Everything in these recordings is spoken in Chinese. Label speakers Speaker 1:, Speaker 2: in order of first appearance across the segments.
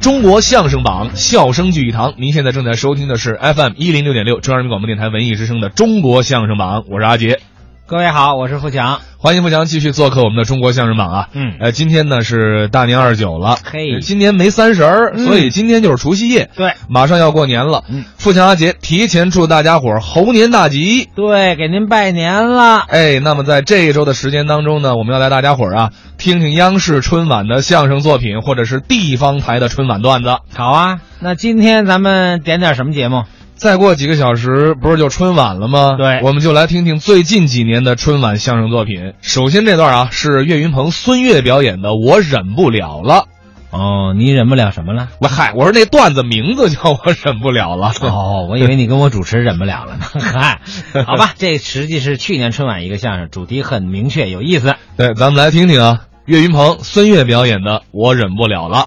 Speaker 1: 中国相声榜，笑声聚一堂。您现在正在收听的是 FM 一零六点六，中央人民广播电台文艺之声的《中国相声榜》，我是阿杰。
Speaker 2: 各位好，我是付强。
Speaker 1: 欢迎富强继续做客我们的中国相声榜啊！
Speaker 2: 嗯
Speaker 1: 呃，今天呢是大年二十九了，
Speaker 2: 嘿
Speaker 1: 今年没三十儿，
Speaker 2: 嗯
Speaker 1: 所以今天就是除夕夜，
Speaker 2: 对
Speaker 1: 马上要过年了。
Speaker 2: 嗯，
Speaker 1: 富强阿杰提前祝大家伙儿猴年大吉。
Speaker 2: 对，给您拜年了。
Speaker 1: 哎，那么在这一周的时间当中呢，我们要带大家伙儿啊，听听央视春晚的相声作品，或者是地方台的春晚段子。
Speaker 2: 好啊，那今天咱们点点什么节目？
Speaker 1: 再过几个小时，不是就春晚了吗？
Speaker 2: 对
Speaker 1: 我们就来听听最近几年的春晚相声作品。首先这段啊，是岳云鹏、孙越表演的《我忍不了了》。
Speaker 2: 哦，你忍不了什么了？
Speaker 1: 我嗨，我说那段子名字叫我忍不了了。
Speaker 2: 哦，我以为你跟我主持忍不了了呢。 嗨，好吧，这实际是去年春晚一个相声，主题很明确，有意思。
Speaker 1: 对，咱们来听听啊，岳云鹏、孙越表演的《我忍不了了》。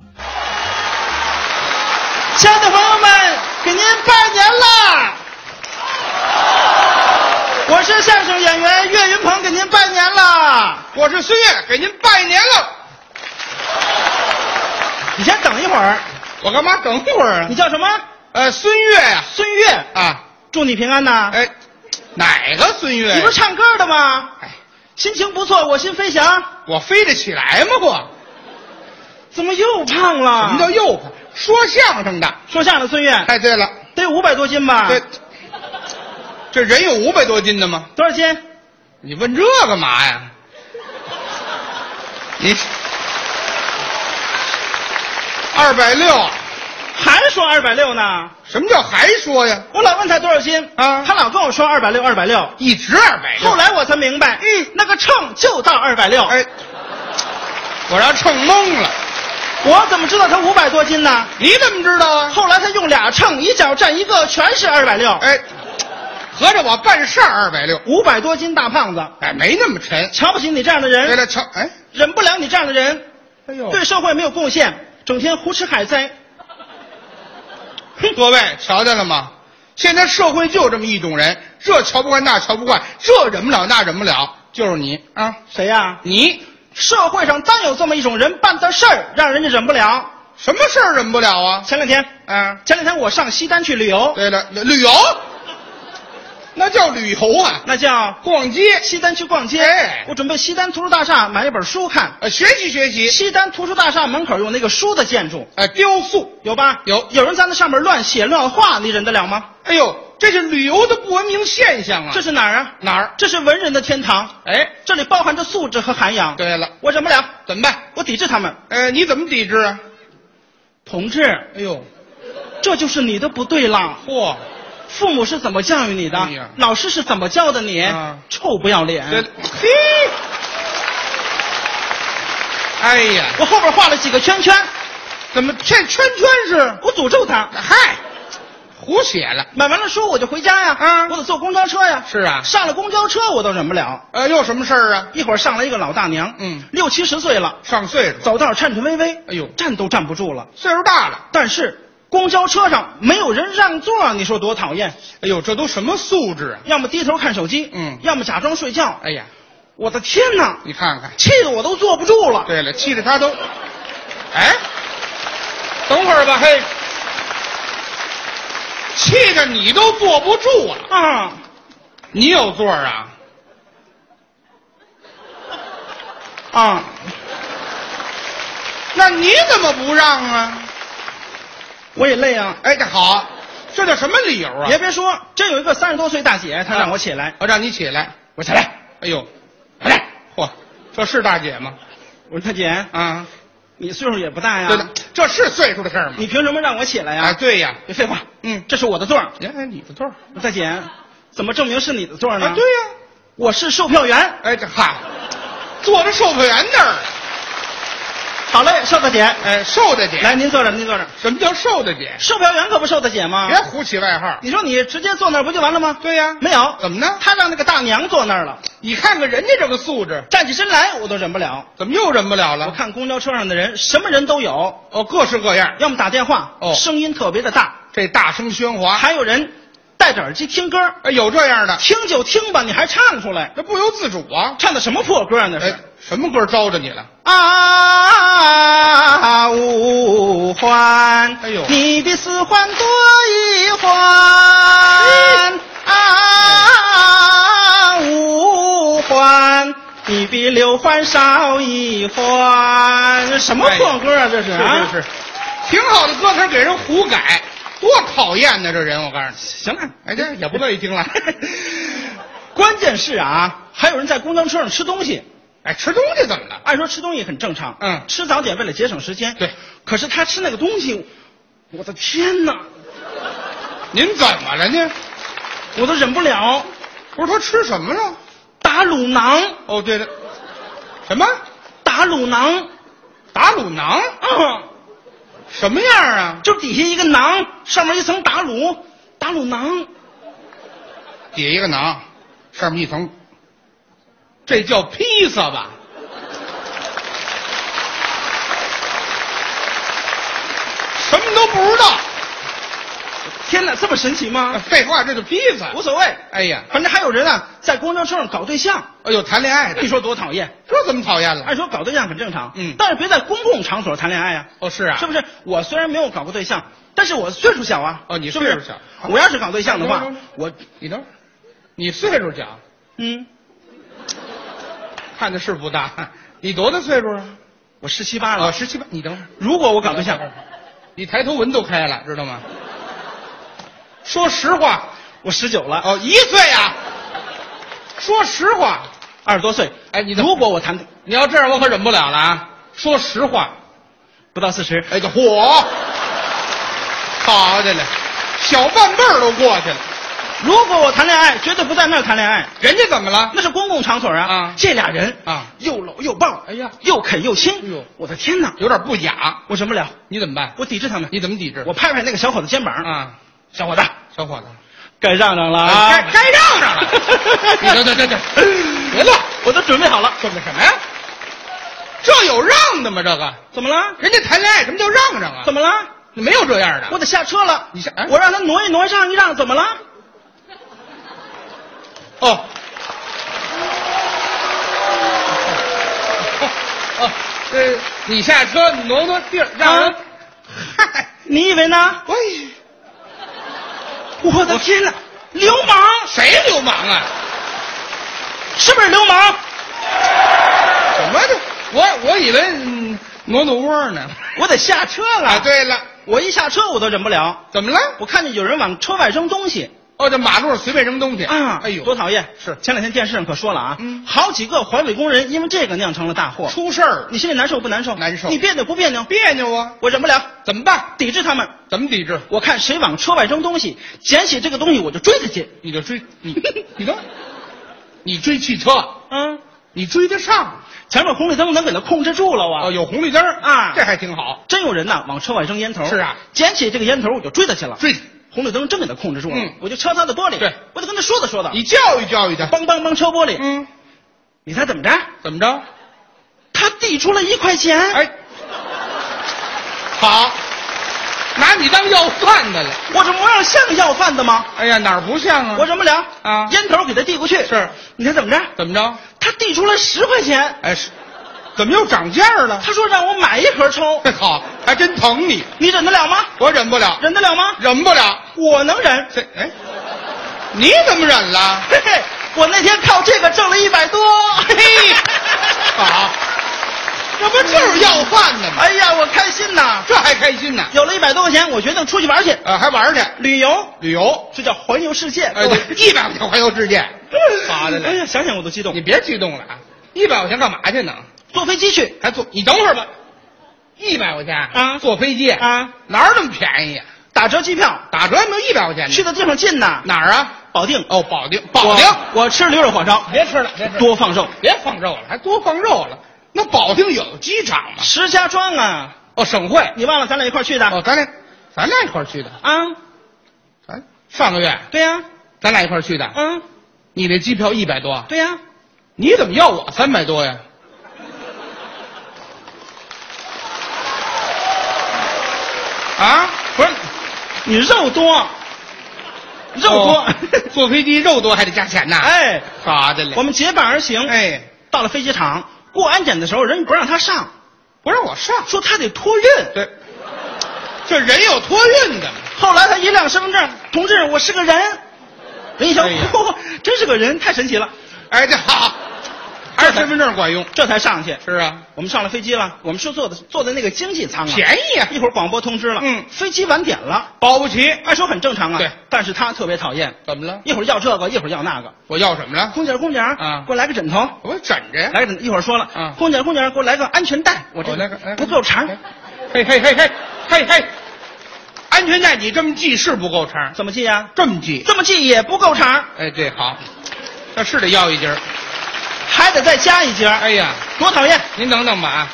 Speaker 3: 亲爱的朋友们，给您拜年啦！我是相声演员岳云鹏，给您拜年啦！我是孙越，给您拜年了。你先等一会儿，
Speaker 4: 我干嘛等一会儿啊？
Speaker 3: 你叫什么？
Speaker 4: 呃，孙越呀、
Speaker 3: 孙越，
Speaker 4: 啊，
Speaker 3: 祝你平安呐！
Speaker 4: 哎，哪个孙越呀？
Speaker 3: 啊你不是唱歌的吗？
Speaker 4: 哎
Speaker 3: 心情不错，我心飞翔。
Speaker 4: 我飞得起来吗？我
Speaker 3: 怎么又胖
Speaker 4: 什
Speaker 3: 了？
Speaker 4: 么叫又胖？说相声的。
Speaker 3: 说相声的孙越？
Speaker 4: 哎，对了，
Speaker 3: 得有五百多斤吧？
Speaker 4: 这这人有五百多斤的吗？
Speaker 3: 多少斤？
Speaker 4: 你问这干嘛呀？你二百六，
Speaker 3: 还说二百六呢？
Speaker 4: 什么叫还说呀？
Speaker 3: 我老问他多少斤
Speaker 4: 啊
Speaker 3: 他老跟我说二百六，二百六。
Speaker 4: 一直二百六。
Speaker 3: 后来我才明白，
Speaker 4: 嗯
Speaker 3: 那个秤就到二百六。
Speaker 4: 哎，我让秤懵了。
Speaker 3: 我怎么知道他五百多斤呢？
Speaker 4: 你怎么知道啊？
Speaker 3: 后来他用俩秤，一脚站一个，全是二百六。
Speaker 4: 哎，合着我办事二百六，
Speaker 3: 五百多斤大胖子，
Speaker 4: 哎，没那么沉。
Speaker 3: 瞧不起你这样的
Speaker 4: 对
Speaker 3: 人，
Speaker 4: 了，瞧，哎，
Speaker 3: 忍不了你这样的人，
Speaker 4: 哎呦
Speaker 3: 对社会没有贡献，整天胡吃海塞。
Speaker 4: 各位瞧见了吗？现在社会就这么一种人，这瞧不惯，那瞧不惯，这忍不了，那忍不了，就是你啊，
Speaker 3: 谁呀、
Speaker 4: 你
Speaker 3: 社会上单有这么一种人，办的事儿让人家忍不了。
Speaker 4: 什么事儿忍不了啊？
Speaker 3: 前两天，
Speaker 4: 啊，
Speaker 3: 前两天我上西单去旅游，
Speaker 4: 对了，旅旅游，那叫旅游啊，
Speaker 3: 那叫
Speaker 4: 逛街，
Speaker 3: 西单去逛街。
Speaker 4: 哎
Speaker 3: 我准备西单图书大厦买一本书看。
Speaker 4: 呃，学习学习，
Speaker 3: 西单图书大厦门口有那个书的建筑，
Speaker 4: 哎，雕塑，
Speaker 3: 有吧？
Speaker 4: 有
Speaker 3: 有人在那上面乱写乱画，你忍得了吗？
Speaker 4: 哎呦，这是旅游的不文明现象啊！
Speaker 3: 这是哪儿啊？
Speaker 4: 哪儿？
Speaker 3: 这是文人的天堂，
Speaker 4: 哎，
Speaker 3: 这里包含着素质和涵养。，
Speaker 4: 对了，
Speaker 3: 我忍不了，
Speaker 4: 怎么办？
Speaker 3: 我抵制他们。
Speaker 4: 呃，你怎么抵制啊？
Speaker 3: 同志，
Speaker 4: 哎呦，
Speaker 3: 这就是你的不对了。
Speaker 4: 嚯！
Speaker 3: 父母是怎么教育你的？
Speaker 4: 哎呀
Speaker 3: 老师是怎么教的你？
Speaker 4: 啊
Speaker 3: 臭不要脸！
Speaker 4: 这嘿，哎呀，
Speaker 3: 我后边画了几个圈圈，
Speaker 4: 怎么这圈圈是？
Speaker 3: 我诅咒他。
Speaker 4: 嗨，胡写了。
Speaker 3: 买完了书我就回家呀，
Speaker 4: 啊
Speaker 3: 我得坐公交车呀。
Speaker 4: 是啊
Speaker 3: 上了公交车我都忍不了。
Speaker 4: 呃，又什么事儿啊？
Speaker 3: 一会儿上来一个老大娘，
Speaker 4: 嗯
Speaker 3: 六七十岁了，
Speaker 4: 上岁数，
Speaker 3: 走道颤颤巍巍，
Speaker 4: 哎呦
Speaker 3: 站都站不住了。
Speaker 4: 岁数大了。
Speaker 3: 但是公交车上没有人让座，你说多讨厌？
Speaker 4: 哎呦，这都什么素质啊？
Speaker 3: 要么低头看手机，
Speaker 4: 嗯
Speaker 3: 要么假装睡觉。
Speaker 4: 哎呀，
Speaker 3: 我的天哪，
Speaker 4: 你看看。
Speaker 3: 气得我都坐不住了。
Speaker 4: 对了，气得他都，哎，等会儿吧，嘿，气得你都坐不住啊！
Speaker 3: 啊，
Speaker 4: 你有座儿啊？
Speaker 3: 啊，
Speaker 4: 那你怎么不让啊？
Speaker 3: 我也累啊。
Speaker 4: 哎，这好，这叫什么理由啊？
Speaker 3: 也别说，真有一个三十多岁大姐，她
Speaker 4: 啊
Speaker 3: 让我起来，
Speaker 4: 我让你起来，我起来。哎呦，起来！嚯，这是大姐吗？
Speaker 3: 我说大姐，
Speaker 4: 啊，
Speaker 3: 你岁数也不大呀，
Speaker 4: 对的，这是岁数的事儿吗？
Speaker 3: 你凭什么让我起来
Speaker 4: 啊，
Speaker 3: 呀？
Speaker 4: 对呀，
Speaker 3: 别废话，
Speaker 4: 嗯，
Speaker 3: 这是我的座儿。
Speaker 4: 哎，哎你的座儿
Speaker 3: 大姐， 怎么证明是你的座儿呢？
Speaker 4: 啊，对呀，
Speaker 3: 我是售票员。
Speaker 4: 哎，这嗨，坐着售票员那儿，
Speaker 3: 好嘞，瘦大姐，
Speaker 4: 哎，瘦的姐，
Speaker 3: 来，，您坐这儿，您坐这儿。
Speaker 4: 什么叫瘦的姐？
Speaker 3: 售票员可不瘦大姐吗
Speaker 4: 别？胡起外号。
Speaker 3: 你说你直接坐那儿不就完了吗？
Speaker 4: 对呀，
Speaker 3: 没有，
Speaker 4: 怎么呢？
Speaker 3: 他让那个大娘坐那儿了，
Speaker 4: 你看看人家这个素质，
Speaker 3: 站起身来我都忍不了。
Speaker 4: 怎么又忍不了
Speaker 3: 我
Speaker 4: 了？
Speaker 3: 看公交车上的人，什么人都有，
Speaker 4: 哦，各式各样，
Speaker 3: 要么打电话，
Speaker 4: 哦啊
Speaker 3: 声音特别的大，
Speaker 4: 这大声喧哗，
Speaker 3: 还有人。戴着耳机听歌，
Speaker 4: 哎，有这样的，
Speaker 3: 听就听吧，你还唱出来，
Speaker 4: 这不由自主啊。
Speaker 3: 唱的什么破歌啊？那
Speaker 4: 哎
Speaker 3: 是，
Speaker 4: 什么歌招着你了？
Speaker 3: 啊，五环，
Speaker 4: 哎呦
Speaker 3: 你的四环多一环，啊，五环，你的六环少一环，什么破歌啊？这是啊，
Speaker 4: 哎是是是，挺好的歌词给人胡改，多讨厌呢！这人，我告诉你，
Speaker 3: 行了。
Speaker 4: 哎，这也不乐意 听了。
Speaker 3: 关键是啊，还有人在公交车上吃东西。
Speaker 4: 哎，吃东西怎么了？
Speaker 3: 按说吃东西很正常，
Speaker 4: 嗯
Speaker 3: 吃早点为了节省时间。
Speaker 4: 对，
Speaker 3: 可是他吃那个东西，我的天哪，
Speaker 4: 您怎么了呢？
Speaker 3: 我都忍不了。
Speaker 4: 不是说吃什么了？
Speaker 3: 打卤囊，
Speaker 4: 哦，对了，什么
Speaker 3: 打卤囊，啊
Speaker 4: 打卤囊？
Speaker 3: 嗯，
Speaker 4: 什么样啊？
Speaker 3: 就底下一个囊，上面一层打卤，打卤囊，
Speaker 4: 底下一个囊，上面一层，这叫披萨吧？什么都不知道，
Speaker 3: 天哪，这么神奇
Speaker 4: 哎
Speaker 3: 吗？
Speaker 4: 废话，这就披萨。
Speaker 3: 无所谓，
Speaker 4: 哎呀，
Speaker 3: 反正还有人啊，在公交车上搞对象，
Speaker 4: 哎呦，谈恋爱的
Speaker 3: 你，说多讨厌？
Speaker 4: 这怎么讨厌了？
Speaker 3: 按说搞对象很正常，
Speaker 4: 嗯
Speaker 3: 但是别在公共场所谈恋爱啊。
Speaker 4: 哦，是啊，
Speaker 3: 是不是？我虽然没有搞过对象，但是我岁数小啊。
Speaker 4: 哦你
Speaker 3: 是不是
Speaker 4: 岁数小啊
Speaker 3: 我要是搞对象的话
Speaker 4: 等会儿等会儿，
Speaker 3: 我
Speaker 4: 你等会儿，你岁数小，
Speaker 3: 嗯，
Speaker 4: 看着是不大， 你多大岁数啊？
Speaker 3: 我十七八
Speaker 4: 啊，
Speaker 3: 了。
Speaker 4: 十七八。你等会儿，
Speaker 3: 如果我搞对象，
Speaker 4: 啊你抬头纹都开了，知道吗？说实话，
Speaker 3: 我十九了，
Speaker 4: 哦，一岁啊。说实话，
Speaker 3: 二十多岁。
Speaker 4: 哎你等会儿
Speaker 3: 如果我谈
Speaker 4: 你要这样我可忍不了了啊！说实话，
Speaker 3: 不到四十，
Speaker 4: 哎，这火，好的嘞，小半辈儿都过去了，
Speaker 3: 如果我谈恋爱，绝对不在那儿谈恋爱，
Speaker 4: 人家怎么了？
Speaker 3: 那是公共场所啊。
Speaker 4: 啊
Speaker 3: 这俩人
Speaker 4: 啊
Speaker 3: 又搂又抱，
Speaker 4: 哎呀
Speaker 3: 又啃又亲。
Speaker 4: 哎呦
Speaker 3: 我的天哪，
Speaker 4: 有点不雅，
Speaker 3: 我忍不了，
Speaker 4: 你怎么办？
Speaker 3: 我抵制他们。
Speaker 4: 你怎么抵制？
Speaker 3: 我拍拍那个小伙子肩膀，
Speaker 4: 啊，
Speaker 3: 小伙子，
Speaker 4: 小伙子，哎
Speaker 3: 该让让了啊，。
Speaker 4: 该该让让了 你等等等等，别闹，
Speaker 3: 我都准备好了。
Speaker 4: 准备什么呀？这有让的吗？这个
Speaker 3: 怎么了？
Speaker 4: 人家谈恋爱什么叫让让啊？
Speaker 3: 怎么了？
Speaker 4: 没有这样的？
Speaker 3: 我得下车了。
Speaker 4: 你下哎
Speaker 3: 我让他挪一挪，让一让，怎么了？
Speaker 4: 哦。哦，呃，你下车挪挪地儿，让人
Speaker 3: 啊。
Speaker 4: 嗨，
Speaker 3: 你以为呢？
Speaker 4: 喂，
Speaker 3: 我的天哪！流氓
Speaker 4: 谁流氓啊？
Speaker 3: 是不是流氓？
Speaker 4: 什么的？我我以为嗯挪挪窝呢。
Speaker 3: 我得下车了。
Speaker 4: 啊，，对了，
Speaker 3: 我一下车我都忍不了，
Speaker 4: 怎么了？
Speaker 3: 我看见有人往车外扔东西
Speaker 4: 哦，这马路上随便扔东西
Speaker 3: 啊！
Speaker 4: 哎呦，
Speaker 3: 多讨厌！
Speaker 4: 是
Speaker 3: 前两天电视上可说了啊，
Speaker 4: 嗯
Speaker 3: 好几个环卫工人因为这个酿成了大祸。
Speaker 4: 出事儿了，
Speaker 3: 你心里难受不难受？
Speaker 4: 难受
Speaker 3: 你别扭不别扭？
Speaker 4: 别扭啊？
Speaker 3: 我忍不了，
Speaker 4: 怎么办？
Speaker 3: 抵制他们。
Speaker 4: 怎么抵制？
Speaker 3: 我看谁往车外扔东西，捡起这个东西我就追他去。
Speaker 4: 你就追你，你等会儿，你追汽车，
Speaker 3: 嗯，
Speaker 4: 你追得上
Speaker 3: 前面红绿灯能给他控制住了啊。
Speaker 4: 哦，有红绿灯儿
Speaker 3: 啊
Speaker 4: 这还挺好。
Speaker 3: 真有人呐往车外扔烟头。
Speaker 4: 是啊，
Speaker 3: 捡起这个烟头我就追他去了。
Speaker 4: 追，
Speaker 3: 红绿灯真给他控制住了，
Speaker 4: 嗯
Speaker 3: 我就敲他的玻璃。
Speaker 4: 对
Speaker 3: 我就跟他说道说道，
Speaker 4: 你教育教育他。
Speaker 3: 梆梆梆敲玻璃。
Speaker 4: 啊嗯，
Speaker 3: 你猜怎么着？
Speaker 4: 怎么着？
Speaker 3: 他递出了一块钱。
Speaker 4: 哎，好，拿你当要饭的了。
Speaker 3: 我这模样像要饭的吗？
Speaker 4: 哎呀，哪儿不像啊？
Speaker 3: 我忍不了
Speaker 4: 啊
Speaker 3: 烟头给他递过去。
Speaker 4: 是，
Speaker 3: 你猜怎么着？
Speaker 4: 怎么着？
Speaker 3: 他递出了十块钱，
Speaker 4: 哎，是，怎么又涨价了？
Speaker 3: 他说让我买一盒抽，
Speaker 4: 好，还真疼你，
Speaker 3: 你忍得了吗？
Speaker 4: 我忍不了，
Speaker 3: 忍得了吗？
Speaker 4: 忍不了。
Speaker 3: 我能忍。
Speaker 4: 这哎，你怎么忍了？
Speaker 3: 嘿嘿，我那天靠这个挣了一百多。 嘿
Speaker 4: 嘿， 好，这不就是要饭的吗？
Speaker 3: 哎呀，我开心呐！
Speaker 4: 这还开心呢？
Speaker 3: 有了一百多块钱，我决定出去玩去，
Speaker 4: 啊，还玩去
Speaker 3: 旅游，
Speaker 4: 旅游？
Speaker 3: 这叫环游世界。
Speaker 4: 哎，对，一百块钱环游 世界，好的
Speaker 3: 哎
Speaker 4: 嘞
Speaker 3: 呀，。想想我都激
Speaker 4: 你
Speaker 3: 动。
Speaker 4: 别激动了啊！一百块钱干嘛去呢？
Speaker 3: 坐飞机去
Speaker 4: 还坐？你等会儿吧。一百块钱
Speaker 3: 啊
Speaker 4: 坐飞机，
Speaker 3: 啊，
Speaker 4: 哪儿那么便宜啊？
Speaker 3: 打折机票，
Speaker 4: 打折也没有一百块钱
Speaker 3: 去
Speaker 4: 呢。
Speaker 3: 的地方近呐。
Speaker 4: 哪儿啊？
Speaker 3: 保定，
Speaker 4: 哦，保定，保定。
Speaker 3: 我我吃驴肉火烧，
Speaker 4: 别吃了，别吃了，
Speaker 3: 多放肉。
Speaker 4: 别放肉了，还多放肉了。那保定有机场吗？
Speaker 3: 石家庄啊，
Speaker 4: 哦，省会。
Speaker 3: 你忘了咱俩一块儿去的
Speaker 4: 哦，咱俩，咱俩一块儿去的。
Speaker 3: 啊？
Speaker 4: 咱上个月
Speaker 3: 对呀，
Speaker 4: 咱俩一块儿去的。
Speaker 3: 嗯，
Speaker 4: 你那机票一百多，
Speaker 3: 对呀，
Speaker 4: 你怎么要我三百多呀？啊，不是，
Speaker 3: 你肉多，肉多。
Speaker 4: 哦 坐飞机肉多还得加钱呐。，
Speaker 3: 哦哎，
Speaker 4: 咋的嘞？
Speaker 3: 我们结伴而行。
Speaker 4: 哎，
Speaker 3: 到了飞机场过安检的时候，人家不让他上，
Speaker 4: 不让我上，
Speaker 3: 说他得托运。
Speaker 4: 对，这人有托运的嘛。
Speaker 3: 后来他一亮身份证，同志，我是个人。人一想，
Speaker 4: 哎呀
Speaker 3: 嚯、真是个人，太神奇了，
Speaker 4: 哎，这好，还是身份证管用。
Speaker 3: 这才上去。
Speaker 4: 是啊，
Speaker 3: 我们上了飞机了，我们是坐的坐在那个经济舱啊，
Speaker 4: 便宜啊
Speaker 3: 一会儿广播通知了，
Speaker 4: 嗯
Speaker 3: 飞机晚点了，
Speaker 4: 保不齐。
Speaker 3: 按说很正常啊。
Speaker 4: 对
Speaker 3: 但是他特别讨厌，
Speaker 4: 怎么了？
Speaker 3: 一会儿要这个，一会儿要那个。
Speaker 4: 我要什么了？
Speaker 3: 空姐儿，空姐儿，
Speaker 4: 啊
Speaker 3: 给我来个枕头，
Speaker 4: 我枕着呀。
Speaker 3: 来个枕头。一会儿说了，
Speaker 4: 啊
Speaker 3: 空姐儿，空姐儿，给我来个安全带，我这
Speaker 4: 哦那个哎
Speaker 3: 不够长，
Speaker 4: 嘿嘿嘿嘿嘿嘿，安全带你这么系是不够长，
Speaker 3: 怎么系呀、
Speaker 4: 这么系。
Speaker 3: 这么系也不够长，
Speaker 4: 哎，对，好，那是得要一截儿。
Speaker 3: 还得再加一节儿，
Speaker 4: 哎呀，
Speaker 3: 多讨厌！
Speaker 4: 您等等吧啊，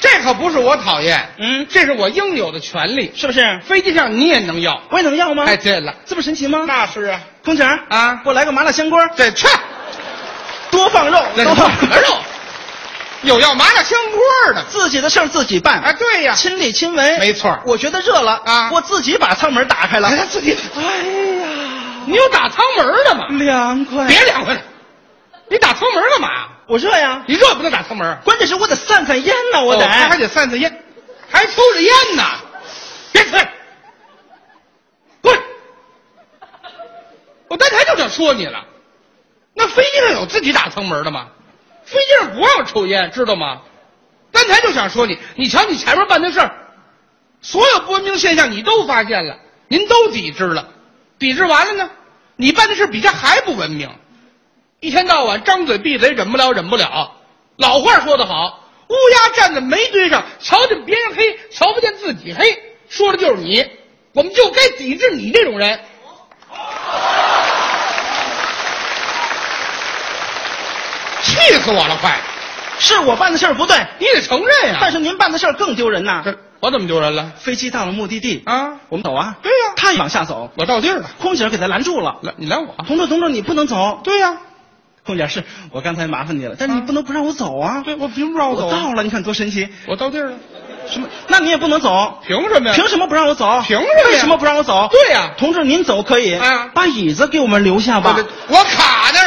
Speaker 4: 这可不是我讨厌，
Speaker 3: 嗯，
Speaker 4: 这是我应有的权利。
Speaker 3: 是不是？
Speaker 4: 飞机上你也能要？
Speaker 3: 我也能要吗？
Speaker 4: 哎，对了，
Speaker 3: 这么神奇吗？
Speaker 4: 那是啊，
Speaker 3: 空姐儿
Speaker 4: 啊
Speaker 3: 给我来个麻辣香锅，
Speaker 4: 对，去，
Speaker 3: 多放肉，
Speaker 4: 那
Speaker 3: 多放
Speaker 4: 什么肉？有要麻辣香锅的吗？
Speaker 3: 自己的事儿自己办
Speaker 4: 啊，对呀，
Speaker 3: 亲力亲为，
Speaker 4: 没错儿
Speaker 3: 我觉得热了
Speaker 4: 啊
Speaker 3: 我自己把舱门打开了，
Speaker 4: 哎自己
Speaker 3: 哎呀，
Speaker 4: 你有打舱门的吗？
Speaker 3: 凉快。
Speaker 4: 别凉快了，你打舱门干嘛？
Speaker 3: 我热呀，
Speaker 4: 你热不能打舱门。
Speaker 3: 关键是我得散散烟呢，我得。
Speaker 4: 哦还得散散烟，还抽着烟呢，别吹，滚！我刚才就想说你了，那飞机上有自己打舱门的吗？飞机上不让抽烟，知道吗？刚才就想说你，你瞧你前面办的事儿，所有不文明现象你都发现了，您都抵制了，抵制完了呢，你办的事比这还不文明。一天到晚张嘴闭嘴，忍不了，忍不了。老话说得好，乌鸦站在煤堆上，瞧见别人黑，瞧不见自己黑。说的就是你，我们就该抵制你这种人。气死我了，快！
Speaker 3: 是我办的事儿不对，
Speaker 4: 你得承认哎呀、
Speaker 3: 但是您办的事儿更丢人呐。
Speaker 4: 这我怎么丢人了？
Speaker 3: 飞机到了目的地，
Speaker 4: 啊，
Speaker 3: 我们走啊。
Speaker 4: 对呀
Speaker 3: 他往下走，
Speaker 4: 我到地儿了，
Speaker 3: 空姐儿给他拦住了。
Speaker 4: 来，你来我。
Speaker 3: 同志，同志，你不能走。
Speaker 4: 对呀、
Speaker 3: 空姐儿是我刚才麻烦你了，但是你
Speaker 4: 啊
Speaker 3: 不能不让我走啊。
Speaker 4: 对，我凭什么让我走
Speaker 3: 我
Speaker 4: 啊？
Speaker 3: 到了，你看多神奇。
Speaker 4: 我到地儿了，
Speaker 3: 什么？那你也不能走。
Speaker 4: 凭什么呀？
Speaker 3: 凭什么不让我走？
Speaker 4: 凭什么呀
Speaker 3: 为什么不让我走？
Speaker 4: 对呀
Speaker 3: 同志，您走可以，
Speaker 4: 啊
Speaker 3: 把椅子给我们留下吧
Speaker 4: 我。这我卡的